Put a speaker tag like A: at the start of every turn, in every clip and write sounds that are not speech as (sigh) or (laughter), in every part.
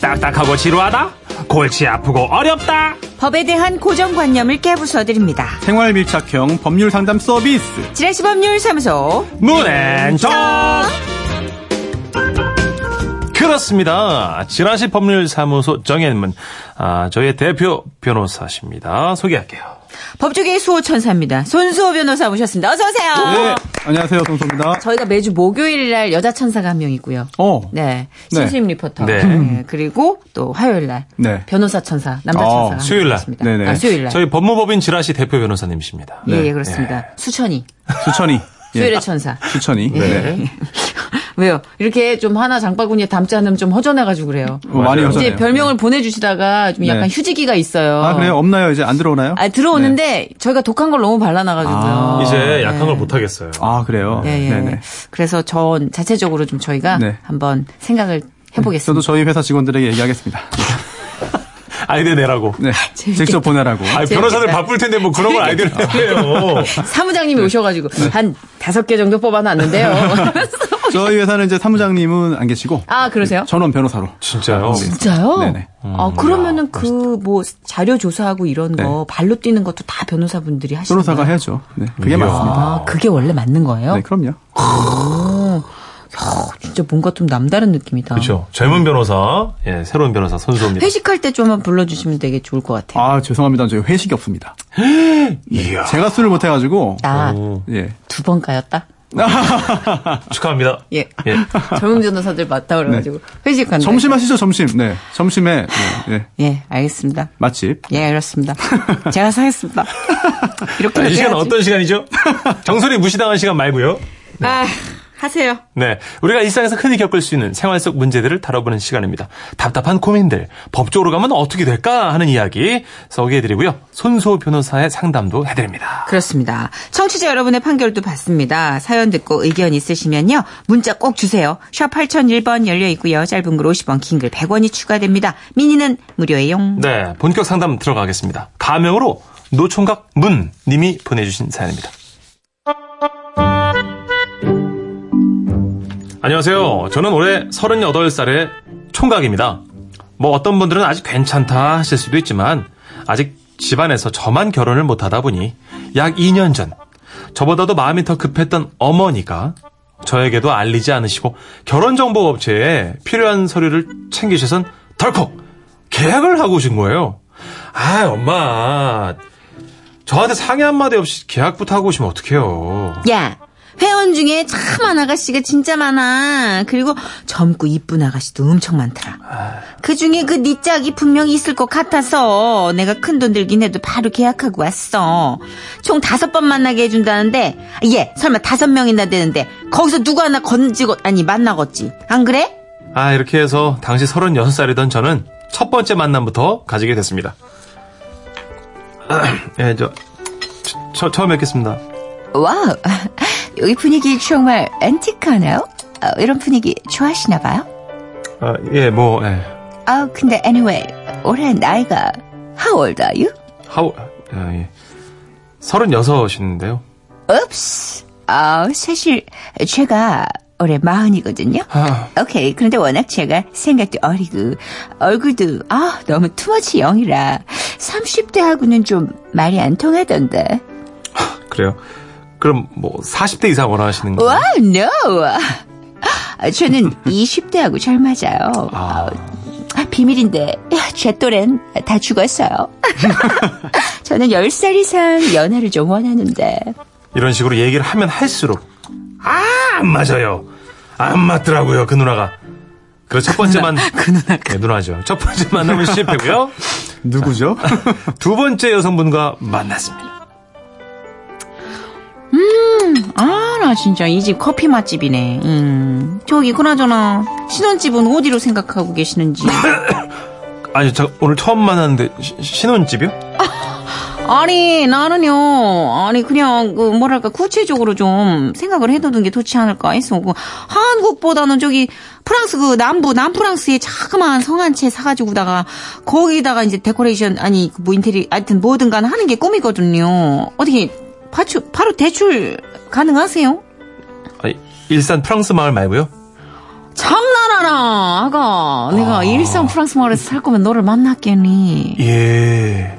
A: 딱딱하고 지루하다? 골치 아프고 어렵다?
B: 법에 대한 고정관념을 깨부숴드립니다.
C: 생활 밀착형 법률 상담 서비스.
B: 지라시법률사무소
A: 문앤정
D: 그렇습니다. 지라시 법률사무소 정현문, 아, 저희의 대표 변호사십니다. 소개할게요.
B: 법조계의 수호천사입니다. 손수호 변호사 모셨습니다. 어서오세요.
C: 네. 안녕하세요, 송소입니다.
B: 저희가 매주 목요일 날 여자 천사가 한 명 있고요.
C: 어.
B: 네.
C: 네.
B: 신수임 리포터.
D: 네.
B: 네, 그리고 또 화요일 날
C: 네.
B: 변호사 천사, 남자
C: 어,
B: 천사가
D: 수요일 날.
B: 있습니다.
C: 네네.
B: 아, 수요일 날.
D: 저희 법무법인 지라시 대표 변호사님이십니다.
C: 네.
B: 예, 예, 그렇습니다. 수천이.
C: 수천이.
B: 수요일의 천사. 예.
C: 수천이. 예. 네.
B: (laughs) 왜요? 이렇게 좀 하나 장바구니에 담지 않으면 좀 허전해가지고 그래요.
C: 어, 많이
D: 맞아요.
C: 여전해요.
B: 이제 별명을 보내주시다가 좀 약간
C: 네.
B: 휴지기가 있어요.
C: 아, 그래요? 없나요? 이제 안 들어오나요?
B: 아, 들어오는데 저희가 독한 걸 너무 발라놔가지고요.
C: 아.
D: 이제 약한 걸 못하겠어요.
C: 아, 그래요?
B: 예, 예.
C: 네네.
B: 그래서 전 자체적으로 좀 저희가
C: 네.
B: 한번 생각을 해보겠습니다.
C: 저도 저희 회사 직원들에게 얘기하겠습니다.
D: 아이디어 내라고.
C: 네. 직접 보내라고.
D: 아, 변호사들 바쁠 텐데 뭐 그런 걸 아이디어를 내요.
C: 네,
B: 사무장님이 오셔가지고 한 다섯 개 정도 뽑아놨는데요.
C: (laughs) 저희 회사는 이제 사무장님은 안 계시고.
B: 아 그러세요?
C: 전원 변호사로.
D: 진짜요?
B: 진짜요?
C: 네네. 음,
B: 아 그러면은 그 뭐 자료 조사하고 이런 거 발로 뛰는 것도 다 변호사분들이 하시는
C: 네. 변호사가
B: 거예요?
C: 해야죠. 네. 그게
D: 이야.
C: 맞습니다.
B: 아 그게 원래 맞는 거예요?
C: 네, 그럼요.
B: 야, 진짜 뭔가 좀 남다른 느낌이다.
D: 그렇죠. 젊은 변호사, 예, 새로운 변호사
C: 네.
D: 손수호입니다.
B: 회식할 때 좀만 불러주시면 되게 좋을 것 같아요.
C: 아, 죄송합니다. 저희 회식이 없습니다.
D: 이야.
C: 제가 술을 못해가지고.
B: 나 두 번
D: 오,
C: 예.
B: 까였다.
D: 축하합니다.
B: 예.
D: 예.
B: 젊은 변호사들 맞다 그래가지고 회식한다.
C: 점심 하시죠, 점심. 네. 점심에. 예. 예.
B: 예, 알겠습니다.
C: 맛집.
B: 예, 그렇습니다. 제가 사겠습니다. 이렇게
D: 자, 아, 이 시간
B: 해야지.
D: 어떤 시간이죠? (laughs) 정선이 무시당한 시간 말고요.
B: 아, 하세요.
D: 네. 우리가 일상에서 흔히 겪을 수 있는 생활 속 문제들을 다뤄보는 시간입니다. 답답한 고민들, 법적으로 가면 어떻게 될까 하는 이야기 소개해드리고요. 손수호 변호사의 상담도 해드립니다.
B: 그렇습니다. 청취자 여러분의 판결도 받습니다. 사연 듣고 의견 있으시면요. 문자 꼭 주세요. 샵 8001번 열려 있고요. 짧은 글 50원, 긴 글 100원이 추가됩니다. 미니는 무료예요.
D: 네. 본격 상담 들어가겠습니다. 가명으로 노총각 문 님이 보내주신 사연입니다. 안녕하세요. 저는 올해 38살의 총각입니다. 뭐 어떤 분들은 아직 괜찮다 하실 수도 있지만 아직 집안에서 저만 결혼을 못하다 보니 약 2년 전 저보다도 마음이 더 급했던 어머니가 저에게도 알리지 않으시고 결혼정보업체에 필요한 서류를 챙기셔선 덜컥 계약을 하고 오신 거예요. 아 엄마 저한테 상의 한마디 없이 계약부터 하고 오시면 어떡해요.
B: 야, 회원 중에 참한 아가씨가 진짜 많아. 그리고 젊고 이쁜 아가씨도 엄청 많더라. 그 중에 그 네 짝이 분명히 있을 것 같아서 내가 큰 돈 들긴 해도 바로 계약하고 왔어. 총 다섯 번 만나게 해준다는데, 예, 설마 다섯 명이나 되는데, 거기서 누구 하나 건지고, 아니, 만나겠지. 안 그래?
D: 아, 이렇게 해서 당시 36살이던 저는 첫 번째 만남부터 가지게 됐습니다. (clears throat) 예, 저, 처, 처음 뵙겠습니다.
B: 와우, (laughs) 여기 분위기 정말 앤티크하네요. 어, 이런 분위기 좋아하시나 봐요?
D: 아, 예, 뭐, 예.
B: 아, 근데 anyway, 올해 나이가 how old are you?
D: 하우, 아, 예. 36인데요.
B: 읍스. 아, 사실 제가 올해 마흔이거든요.
D: 아,
B: 오케이. 그런데 워낙 제가 생각도 어리고 얼굴도 아 너무 투머치 영이라 30대하고는 좀 말이 안 통하던데.
D: 그래요. 그럼 뭐, 40대 이상 원하시는 거예요?
B: 와, no. 아, 저는 20대하고 잘 맞아요.
D: 아.
B: 아, 비밀인데 제 또래는 다 죽었어요. (laughs) 저는 10살 이상 연애를 좀 원하는데.
D: 이런 식으로 얘기를 하면 할수록, 아, 안 맞아요. 안 맞더라고요, 그 누나가. 그리고 첫 번째만. 그 누나가. 네, 누나죠. 첫 번째 만남은 (laughs) 실패고요.
C: 누구죠?
D: 두 번째 여성분과 만났습니다.
B: 아, 나 진짜 이 집 커피 맛집이네. 음. 저기, 그나저나, 신혼집은 어디로 생각하고 계시는지.
D: 아니, 저 오늘 처음 만났는데 시- 신혼집이요?
B: 아니, 나는요, 아니, 그냥, 그, 뭐랄까, 구체적으로 좀 생각을 해두는 게 좋지 않을까 해서, 그, 한국보다는 저기, 프랑스 그 남부, 남프랑스에 자그마한 성 한 채 사가지고다가, 거기다가 이제 데코레이션, 아니, 그뭐 인테리어, 하여튼 뭐든 간 하는 게 꿈이거든요. 어떻게, 바추, 바로 대출 가능하세요?
D: 아니, 일산 프랑스 마을 말고요.
B: 장난하나!
E: 아가 내가 일상 프랑스 마을에서 살 거면 너를 만났겠니
D: 예.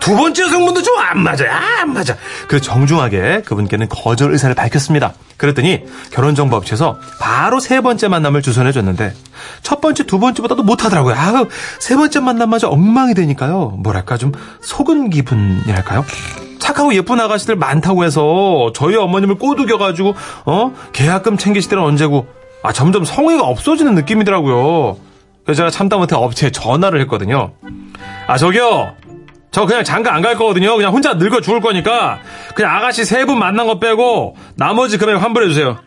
D: 두 번째 성분도 좀 안 맞아요. 아, 안 맞아. 그래 정중하게 그분께는 거절 의사를 밝혔습니다. 그랬더니 결혼정보업체에서 바로 세 번째 만남을 주선해 줬는데 첫 번째, 두 번째보다도 못하더라고요. 아, 세 번째 만남마저 엉망이 되니까요. 뭐랄까 좀 속은 기분이랄까요? 착하고 예쁜 아가씨들 많다고 해서 저희 어머님을 꼬드겨가지고 어 계약금 챙기실 때는 언제고 아 점점 성의가 없어지는 느낌이더라고요. 그래서 제가 참다 못해 업체에 전화를 했거든요. 아 저기요 저 그냥 장가 안 갈 거거든요 그냥 혼자 늙어 죽을 거니까 그냥 아가씨 세 분 만난 거 빼고 나머지 금액 환불해 주세요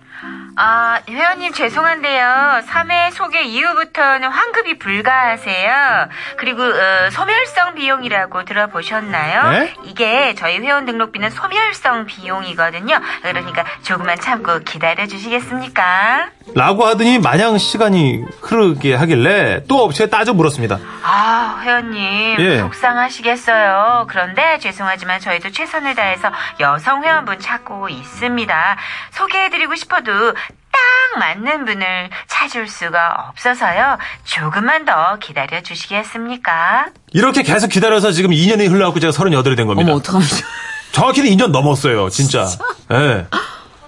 F: 아, 회원님 죄송한데요. 3회 소개 이후부터는 환급이 불가하세요. 그리고 어, 소멸성 비용이라고 들어보셨나요?
D: 네?
F: 이게 저희 회원 등록비는 소멸성 비용이거든요. 그러니까 조금만 참고 기다려 주시겠습니까?
D: 라고 하더니 마냥 시간이 흐르게 하길래 또 업체에 따져 물었습니다
F: 아, 회원님
D: 예.
F: 속상하시겠어요. 그런데 죄송하지만 저희도 최선을 다해서 여성 회원분 찾고 있습니다. 소개해드리고 싶어도 딱 맞는 분을 찾을 수가 없어서요. 조금만 더 기다려 주시겠습니까?
D: 이렇게 계속 기다려서 지금 2년이 흘러갖고 제가 38이 된 겁니다
E: 어머 어떡합니까
D: 정확히는 2년 넘었어요 진짜 예.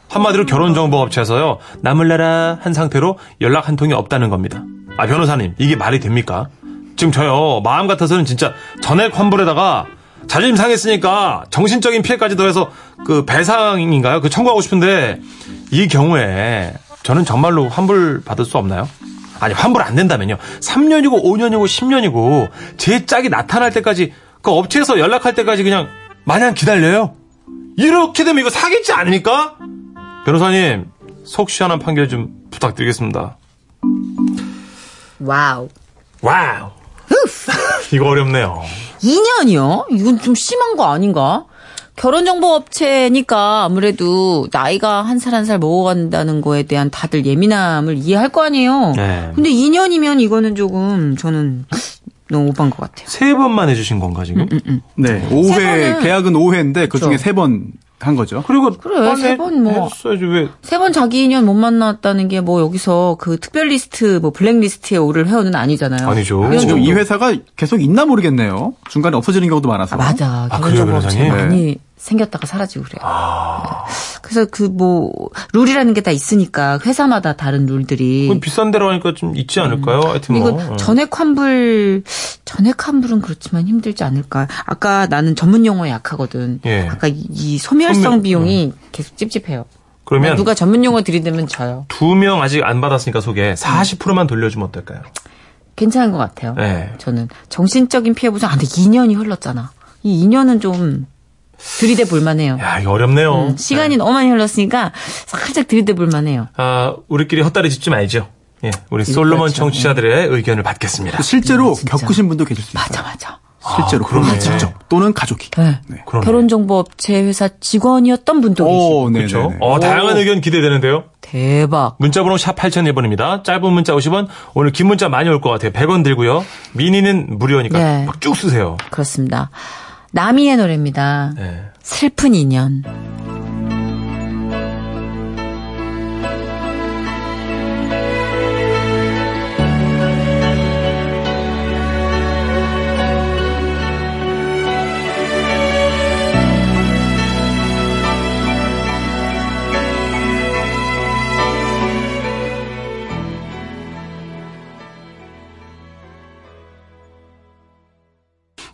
D: 한마디로 결혼정보업체에서요 남을 나라 한 상태로 연락 한 통이 없다는 겁니다 아 변호사님 이게 말이 됩니까 지금 저요 마음 같아서는 진짜 전액 환불에다가 자존심 상했으니까 정신적인 피해까지 더해서 그 배상인가요 그 청구하고 싶은데 이 경우에 저는 정말로 환불 받을 수 없나요? 아니 환불 안 된다면요 3년이고 5년이고 10년이고 제 짝이 나타날 때까지 그 업체에서 연락할 때까지 그냥 마냥 기다려요 이렇게 되면 이거 사기지 않습니까? 변호사님, 속 시원한 판결 좀 부탁드리겠습니다.
E: 와우
D: 와우! (laughs) 이거 어렵네요.
E: 2년이요? 이건 좀 심한 거 아닌가? 결혼정보업체니까 아무래도 나이가 한 살 한 살 먹어간다는 거에 대한 다들 예민함을 이해할 거 아니에요?
D: 네.
E: 근데 2년이면 이거는 조금 저는 너무 오반 것 같아요.
D: 세 번만 해주신 건가,
E: 음,
D: 지금?
C: 네. 5회,
E: 번은-
C: 계약은 5회인데 그 중에
E: 그렇죠.
C: 세 번 한 거죠.
D: 그리고,
E: 그래,
D: 빨리
E: 세번 뭐.
D: 해줬어야지, 왜.
E: 세 번 자기 인연 못 만났다는 게 뭐 여기서 그 특별리스트, 뭐 블랙리스트에 오를 회원은 아니잖아요.
D: 아니죠. 그렇죠.
E: 이런
C: 지금
E: 정도.
C: 이 회사가 계속 있나 모르겠네요. 중간에 없어지는 경우도 많아서.
E: 아, 맞아.
D: 아, 그래요,
E: 결혼정보업체
D: 변호사님? 아.
E: 많이 생겼다가 사라지고 그래요. 네. 그래서 그 뭐 룰이라는 게 다 있으니까 회사마다 다른 룰들이
D: 그건
E: 음.
D: 비싼 데로 하니까 좀 있지 않을까요? 하여튼 뭐.
E: 이거 전액 환불 전액 환불은 그렇지만 힘들지 않을까. 아까 나는 전문 용어에 약하거든.
D: 예.
E: 아까 이, 이 소멸성
D: 소멸- 음.
E: 비용이 계속 찝찝해요.
D: 그러면,
E: 누가 전문 용어 들이대면 져요.
D: 두 명 아직 안 받았으니까 소개 40%만 돌려주면 어떨까요?
E: 괜찮은 것 같아요.
D: 네.
E: 저는 정신적인 피해 보상. 아, 근데 2년이 흘렀잖아. 이 2년은 좀 들이대 볼만해요.
D: 야, 이거 어렵네요.
E: 음, 시간이 너무 많이 흘렀으니까 살짝 들이대 볼만해요.
D: 아, 우리끼리 헛다리 짚지 말죠. 예, 우리 솔로몬
E: 그렇죠. 음.
D: 청취자들의 의견을 받겠습니다.
C: 실제로
E: 진짜.
C: 겪으신 분도 계실 수 있어요.
E: 맞아, 맞아.
C: 실제로.
D: 그러네.
C: 본인 직접 또는 가족이.
E: 네.
D: 그러네.
E: 결혼정보업체 회사 직원이었던 분도 계시고
C: 오, 네.
D: 그렇죠. 어, 다양한 의견 기대되는데요.
E: 대박.
D: 문자번호 샵 8001번입니다. 짧은 문자 50원, 오늘 긴 문자 많이 올 것 같아요. 100원 들고요. 미니는 무료니까
E: 네.
D: 막쭉 쓰세요.
E: 그렇습니다. 나미의 노래입니다.
D: 네.
E: 슬픈 인연.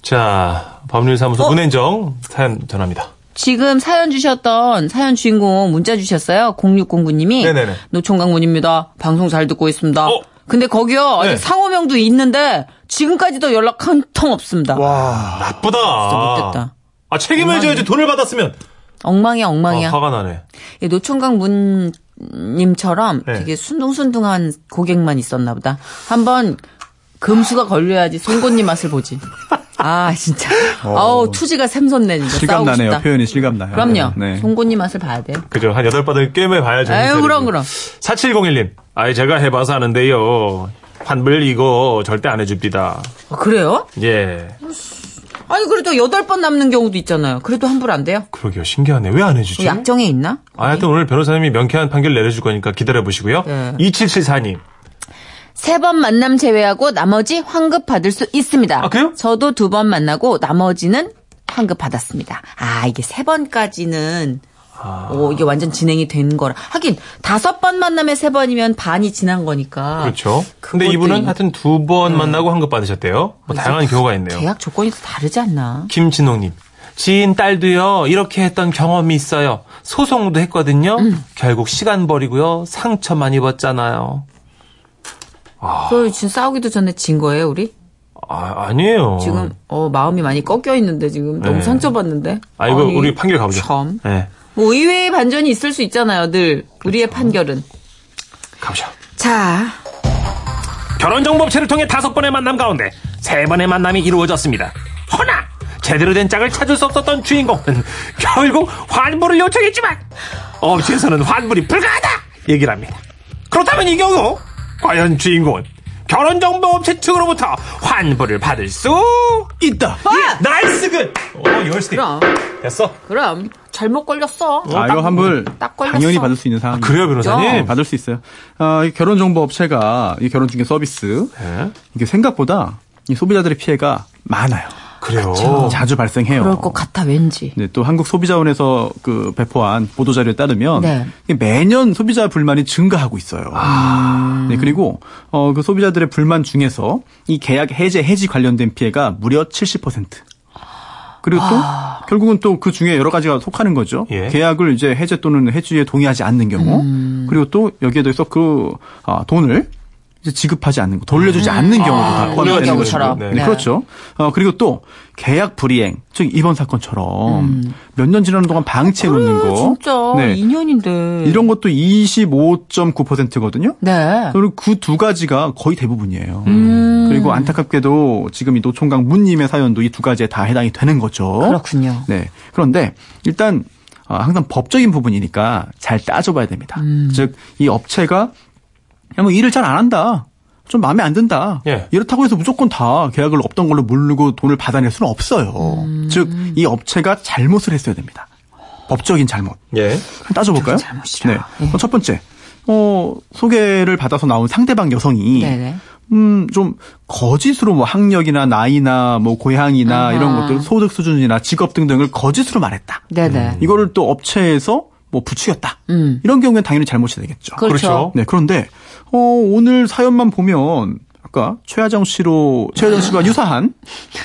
D: 자, 법률사무소
E: 어?
D: 문현정 사연 전합니다.
E: 지금 사연 주셨던 사연 주인공 문자 주셨어요. 0609님이
D: 네네네.
E: 노총각문입니다. 방송 잘 듣고 있습니다.
D: 어?
E: 근데 거기요 아직
D: 네.
E: 상호명도 있는데 지금까지도 연락 한 통 없습니다.
C: 아,
D: 나쁘다.
E: 못됐다.
D: 아, 책임을 져야지 돈을 받았으면.
E: 엉망이야
D: 아,
E: 엉망이야.
D: 화가 나네.
E: 이 노총각 문님처럼
D: 네.
E: 되게 순둥순둥한 고객만 있었나 보다. 한번 금수가 걸려야지 송곳니 맛을 보지. 아
D: (laughs)
E: 진짜.
D: 어.
E: 아우 투지가 샘솟네 진짜. 싸우고
C: 실감나네요.
E: 싶다.
C: 표현이 실감나요.
E: 그럼요.
C: 네.
E: 송곳니 맛을 봐야 돼요.
D: 그죠. 한 여덟 바닥 꿰매 봐야죠.
E: 아유, 그럼, 그럼.
D: 4701님. 아이, 제가 해봐서 아는데요. 환불 이거 절대 안 해줍니다.
E: 아, 그래요?
D: 예.
E: 아니 그래도 여덟 번 남는 경우도 있잖아요. 그래도 환불 안 돼요?
D: 그러게요. 신기하네. 왜 안 해주지?
E: 약정에 있나? 예.
D: 아, 하여튼 오늘 변호사님이 명쾌한 판결 내려줄 거니까 기다려보시고요.
E: 네.
D: 2774님.
E: 세 번 만남 제외하고 나머지 환급 받을 수 있습니다.
D: 아, 그래요?
E: 저도 두 번 만나고 나머지는 환급 받았습니다. 아, 이게 세 번까지는
D: 아.
E: 오, 이게 완전 진행이 된 거라. 하긴 다섯 번 만남에 세 번이면 반이 지난 거니까.
D: 그렇죠. 근데
E: 아, 그것도 네.
D: 이분은
E: 이-
D: 하여튼 두 번 만나고 환급 받으셨대요. 뭐 다양한 경우가 있네요.
E: 계약 조건이 또 다르지 않나?
D: 김진홍님. 지인 딸도요, 이렇게 했던 경험이 있어요. 소송도 했거든요.
E: 음.
D: 결국 시간 버리고요, 상처만 입었잖아요.
E: 그 지금 싸우기도 전에 진 거예요, 우리?
D: 아, 아니에요.
E: 지금 어, 마음이 많이 꺾여 있는데 지금 너무
D: 네.
E: 상처받는데.
D: 아, 이거
E: 아니,
D: 우리 판결 가보죠.
E: 참.
D: 네,
E: 뭐 의외의 반전이 있을 수 있잖아요, 늘 우리의 판결은.
D: 가보죠.
E: 자,
A: 결혼정보업체를 통해 다섯 번의 만남 가운데 세 번의 만남이 이루어졌습니다. 허나 제대로 된 짝을 찾을 수 없었던 주인공은 결국 환불을 요청했지만 업체에서는 환불이 불가하다 얘기를 합니다. 그렇다면 이 경우 과연 주인공은 결혼정보업체 측으로부터 환불을 받을 수 있다. 예,
E: 와!
A: 나이스 글.
D: 오, 열스틱.
E: 아! 그럼
D: 됐어.
E: 그럼 잘못 걸렸어.
C: 아, 이거 환불
E: 딱 걸렸어.
C: 당연히 받을 수 있는 사항.
D: 그래요,
C: 네,
D: 변호사님?
C: 받을 수 있어요. 아, 이 결혼정보업체가 이 결혼중개 서비스
D: 네,
C: 이게 생각보다 이 소비자들의 피해가 많아요.
D: 그래요.
C: 자주 발생해요.
E: 그럴 것 같아 왠지.
C: 네, 또 한국소비자원에서 그 배포한 보도자료에 따르면
E: 네.
C: 이게 매년 소비자 불만이 증가하고 있어요. 네, 그리고 어, 그 소비자들의 불만 중에서 이 계약 해제 해지 관련된 피해가 무려 70%. 그리고 또 결국은 또 그 중에 여러 가지가 속하는 거죠.
D: 예.
C: 계약을 이제 해제 또는 해지에 동의하지 않는 경우, 그리고 또 여기에 대해서 그 아, 돈을 이제 지급하지 않는 거, 돌려주지 않는 경우도 다 포함되는
D: 우리가
C: 거죠.
D: 경우처럼.
C: 네.
D: 네.
C: 그렇죠. 어, 그리고 또 계약 불이행, 즉 이번 사건처럼 몇 년 지나는 동안 방치해 놓는 거.
E: 음. 아, 진짜
C: 네.
E: 2년인데.
C: 이런 것도 25.9%거든요.
E: 네. 음.
C: 그리고 그 두 가지가 거의 대부분이에요. 그리고 안타깝게도 지금 이 노총각 문님의 사연도 이 두 가지에 다 해당이 되는 거죠.
E: 그렇군요.
C: 네. 그런데 일단 아, 항상 법적인 부분이니까 잘 따져봐야 됩니다.
E: 음.
C: 즉 이 업체가 야, 뭐 일을 잘 안 한다. 좀 마음에 안 든다.
D: 예.
C: 이렇다고 해서 무조건 다 계약을 없던 걸로 모르고 돈을 받아낼 수는 없어요.
E: 음.
C: 즉 이 업체가 잘못을 했어야 됩니다. 법적인 잘못.
D: 예.
C: 따져볼까요?
E: 잘못이라. 예.
C: 어, 첫 번째, 어, 소개를 받아서 나온 상대방 여성이,
E: 네네.
C: 음, 좀, 거짓으로 뭐 학력이나 나이나 뭐 고향이나
E: 아하.
C: 이런 것들, 소득 수준이나 직업 등등을 거짓으로 말했다.
E: 네네.
C: 이거를 또 업체에서 뭐 부추겼다.
E: 음.
C: 이런 경우에는 당연히 잘못이 되겠죠.
E: 그렇죠.
D: 그렇죠.
C: 네, 그런데, 어, 오늘 사연만 보면, 아까 최하정 씨로, 최하정 씨와 유사한,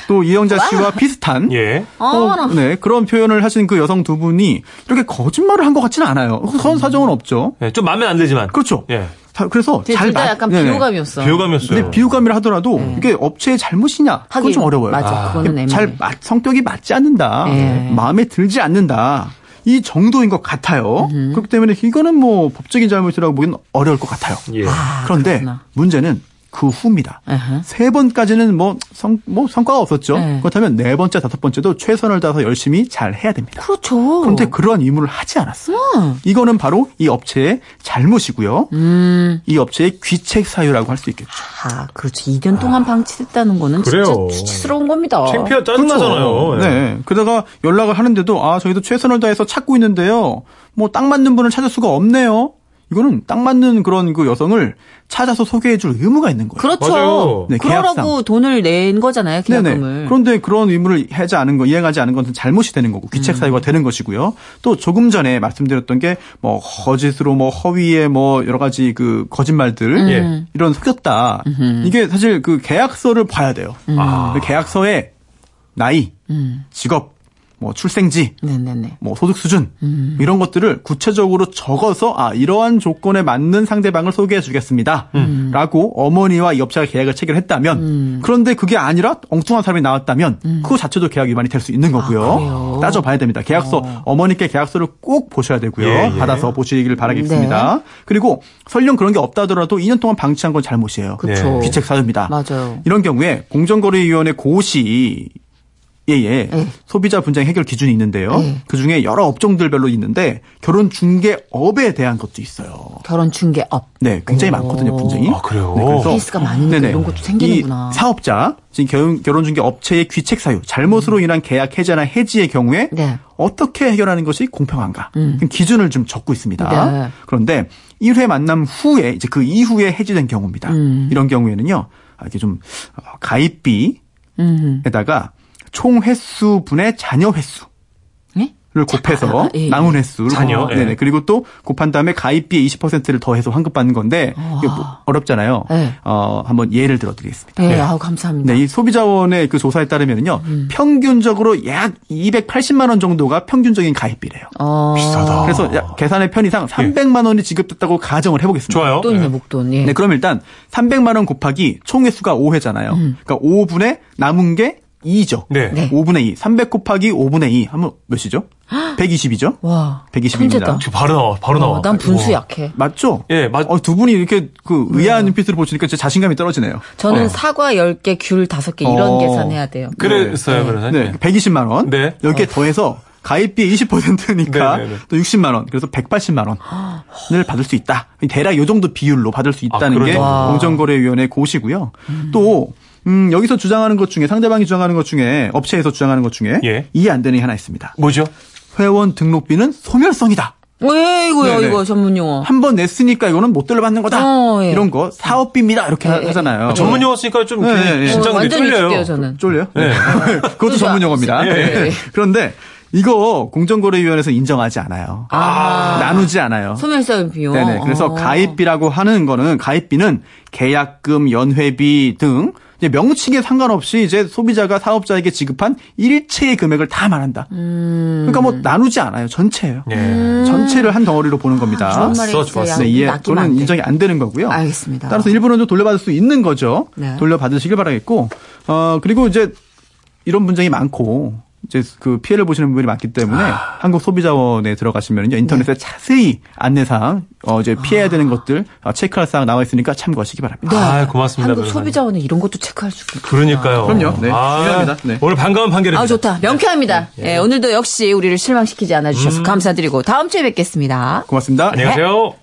C: 또 이영자 씨와
A: 음.
C: 비슷한,
D: 예.
E: 어머나.
C: 네, 그런 표현을 하신 그 여성 두 분이 이렇게 거짓말을 한 것 같지는 않아요. 그런 사정은 없죠.
D: 예, 좀 마음에 안 들지만.
C: 그렇죠.
D: 예.
C: 다- 그래서 잘
E: 둘다
C: 맞-
E: 약간
C: 네네.
E: 비호감이었어.
D: 배우감이었어요.
C: 근데 비호감이라 하더라도 이게 업체의 잘못이냐? 그건
E: 음. 하긴,
C: 좀 어려워요.
E: 맞아. 그거는 애매해.
C: 잘 맞- 성격이 맞지 않는다.
E: 예.
C: 마음에 들지 않는다. 이 정도인 것 같아요. 그렇기 때문에 이거는 뭐 법적인 잘못이라고 보기는 어려울 것 같아요.
D: 예.
C: 그런데
E: 그렇구나.
C: 문제는 그 후입니다.
E: 에헤.
C: 세 번까지는 뭐, 성, 뭐 성과가 없었죠.
E: 네.
C: 그렇다면 네 번째, 다섯 번째도 최선을 다해서 열심히 잘 해야 됩니다.
E: 그렇죠.
C: 그런데 그러한 의무를 하지 않았어요. 이거는 바로 이 업체의 잘못이고요.
E: 음.
C: 이 업체의 귀책 사유라고 할 수 있겠죠.
E: 아, 그렇죠. 2년 동안 방치됐다는 거는
D: 그래요.
E: 진짜 추측스러운 겁니다.
D: 창피하 짜증나잖아요.
C: 그렇죠.
D: 예.
C: 네. 그러다가 연락을 하는데도 아 저희도 최선을 다해서 찾고 있는데요. 뭐 딱 맞는 분을 찾을 수가 없네요. 이거는 딱 맞는 그런 그 여성을 찾아서 소개해줄 의무가 있는 거예요.
E: 그렇죠.
D: 맞아요.
C: 네,
E: 그러라고
C: 계약상.
E: 돈을 낸 거잖아요,
C: 네네.
E: 계약금을.
C: 그런데 그런 의무를 하지 않은 거, 이행하지 않은 것은 잘못이 되는 거고,
E: 음.
C: 귀책 사유가 되는 것이고요. 또 조금 전에 말씀드렸던 게, 뭐, 거짓으로, 뭐, 허위에, 뭐, 여러 가지 그, 거짓말들,
E: 음.
D: 예.
C: 이런 속였다. 이게 사실 그 계약서를 봐야 돼요.
E: 음.
D: 아.
C: 그 계약서에 나이, 직업, 뭐, 출생지,
E: 네네네.
C: 뭐 소득 수준
E: 음.
C: 이런 것들을 구체적으로 적어서 아 이러한 조건에 맞는 상대방을 소개해
E: 음.
C: 주겠습니다라고 어머니와 이 업체가 계약을 체결했다면 그런데 그게 아니라 엉뚱한 사람이 나왔다면
E: 음.
C: 그거 자체도 계약 위반이 될 수 있는
E: 아,
C: 거고요 따져봐야 됩니다 계약서 어. 머니께 계약서를 꼭 보셔야 되고요
D: 예, 예.
C: 받아서 보시길 바라겠습니다
E: 네.
C: 그리고 설령 그런 게 없다 하더라도 2년 동안 방치한 건 잘못이에요
E: 그렇죠.
D: 네.
C: 귀책 사유입니다
E: 맞아요.
C: 이런 경우에 공정거래위원회 고시 예예
E: 네.
C: 소비자 분쟁 해결 기준이 있는데요.
E: 예.
C: 그 중에 여러 업종들별로 있는데 결혼 중개업에 대한 것도 있어요.
E: 결혼 중개업.
C: 네, 굉장히
E: 오.
C: 많거든요 분쟁이.
D: 아, 그래요?
C: 네, 그래서
E: 케이스가 많으니까
C: 네네.
E: 이런 것도 생기는구나.
C: 이 사업자 지금 결혼, 중개 업체의 귀책 사유 잘못으로 인한 계약 해제나 해지의 경우에
E: 음. 네. 음.
C: 어떻게 해결하는 것이 공평한가 그럼 기준을 좀 적고 있습니다.
E: 네.
C: 그런데 1회 만남 후에 이제 그 이후에 해지된 경우입니다.
E: 음.
C: 이런 경우에는요. 아, 이게 좀 어, 가입비에다가 총 횟수 분의 자녀 횟수.
E: 예?
C: 를 곱해서
E: 아, 예, 예.
C: 남은 횟수를
D: 자녀,
C: 곱-
D: 예.
C: 네네 그리고 또 곱한 다음에 가입비의 20%를 더해서 환급받는 건데 이게 뭐 어렵잖아요.
E: 예.
C: 어 한번 예를 들어드리겠습니다.
E: 예, 아우 감사합니다.
C: 네, 이 소비자원의 그 조사에 따르면요 평균적으로 약 280만 원 정도가 평균적인 가입비래요.
E: 어,
D: 비싸다.
C: 그래서 약 계산의 편의상 300만 원이 지급됐다고 가정을 해보겠습니다.
D: 좋아요.
E: 목돈이네 목돈. 예.
C: 네, 그럼 일단 300만 원 곱하기 총횟수가 5회잖아요. 그러니까 5분의 남은 게 2죠.
D: 네.
E: 네.
C: 5분의 2. 300 곱하기 5분의 2 하면 몇이죠? 120이죠?
E: 와.
C: 120입니다.
E: 천재다.
D: 지금 바로 나와. 바로 나와.
E: 어, 난 분수
D: 우와.
E: 약해.
C: 맞죠?
D: 예, 맞-
C: 어, 두 분이 이렇게 그 의아한 눈빛으로 보시니까 제 자신감이 떨어지네요.
E: 저는 사과 10개, 귤 5개 이런
C: 어.
E: 계산해야 돼요.
D: 그랬어요, 그래서.
C: 네, 120만 원.
D: 네.
E: 아.
C: 여기에 더해서 가입비 20%니까
D: 네, 네, 네.
C: 또 60만 원. 그래서 180만 원을 받을 수 있다. 대략 요 정도 비율로 받을 수
D: 아,
C: 있다는 게
D: 그러네요. 와.
C: 공정거래위원회 고시고요. 또 음, 여기서 주장하는 것 중에 상대방이 주장하는 것 중에 업체에서 주장하는 것 중에
D: 예.
C: 이해 안 되는 게 하나 있습니다.
D: 뭐죠?
C: 회원 등록비는 소멸성이다.
E: 에이구요
C: 네, 네.
E: 이거 전문 용어.
C: 한 번 냈으니까 이거는 못 돌려받는 거다.
E: 어, 예.
C: 이런 거 사업비입니다. 이렇게 하- 하잖아요.
D: 전문 용어 쓰니까 좀
C: 네,
D: 굉장히
C: 네, 네.
D: 긴장이
E: 완전 익숙해요
D: 뚫려요.
E: 저는.
C: 쫄려요? 그
D: 네.
C: (laughs)
E: 그러니까.
C: 그것도 전문 용어입니다. 네.
E: 예, 예.
C: 그런데 이거 공정거래위원회에서 인정하지 않아요. 나누지 않아요.
E: 소멸사용 비용.
C: 네네. 그래서
E: 어.
C: 가입비라고 하는 거는 가입비는 계약금, 연회비 등 이제 명칭에 상관없이 이제 소비자가 사업자에게 지급한 일체의 금액을 다 말한다.
E: 음.
C: 그러니까 뭐 나누지 않아요. 전체예요.
D: 예.
C: 전체를 한 덩어리로 보는 겁니다.
E: 좋은
D: 좋았어,
E: 말이 있어요.
D: 좋았어.
E: 양
C: 네, 이해,
E: 낚이면 안
C: 저는
E: 돼.
C: 인정이 안 되는 거고요.
E: 알겠습니다.
C: 따라서 일부는 좀 돌려받을 수 있는 거죠.
E: 네.
C: 돌려받으시길 바라겠고, 어, 그리고 이제 이런 분쟁이 많고, 이제 그 피해를 보시는 분들이 많기 때문에 한국소비자원에 들어가시면요 인터넷에 자세히 안내사항 어 이제 피해야 되는 것들 어, 체크할 사항 나와 있으니까 참고하시기 바랍니다.
D: 아, 고맙습니다.
E: 네. 한국 소비자원은 이런 것도 체크할 수 있고.
D: 그러니까요. 아,
C: 그럼요. 네, 중요합니다. 네.
D: 오늘 반가운 판결입니다.
E: 아 좋다. 명쾌합니다. 예,
D: 음.
E: 오늘도 역시 우리를 실망시키지 않아 주셔서 감사드리고 다음 주에 뵙겠습니다.
C: 고맙습니다.
E: 네.
D: 안녕하세요.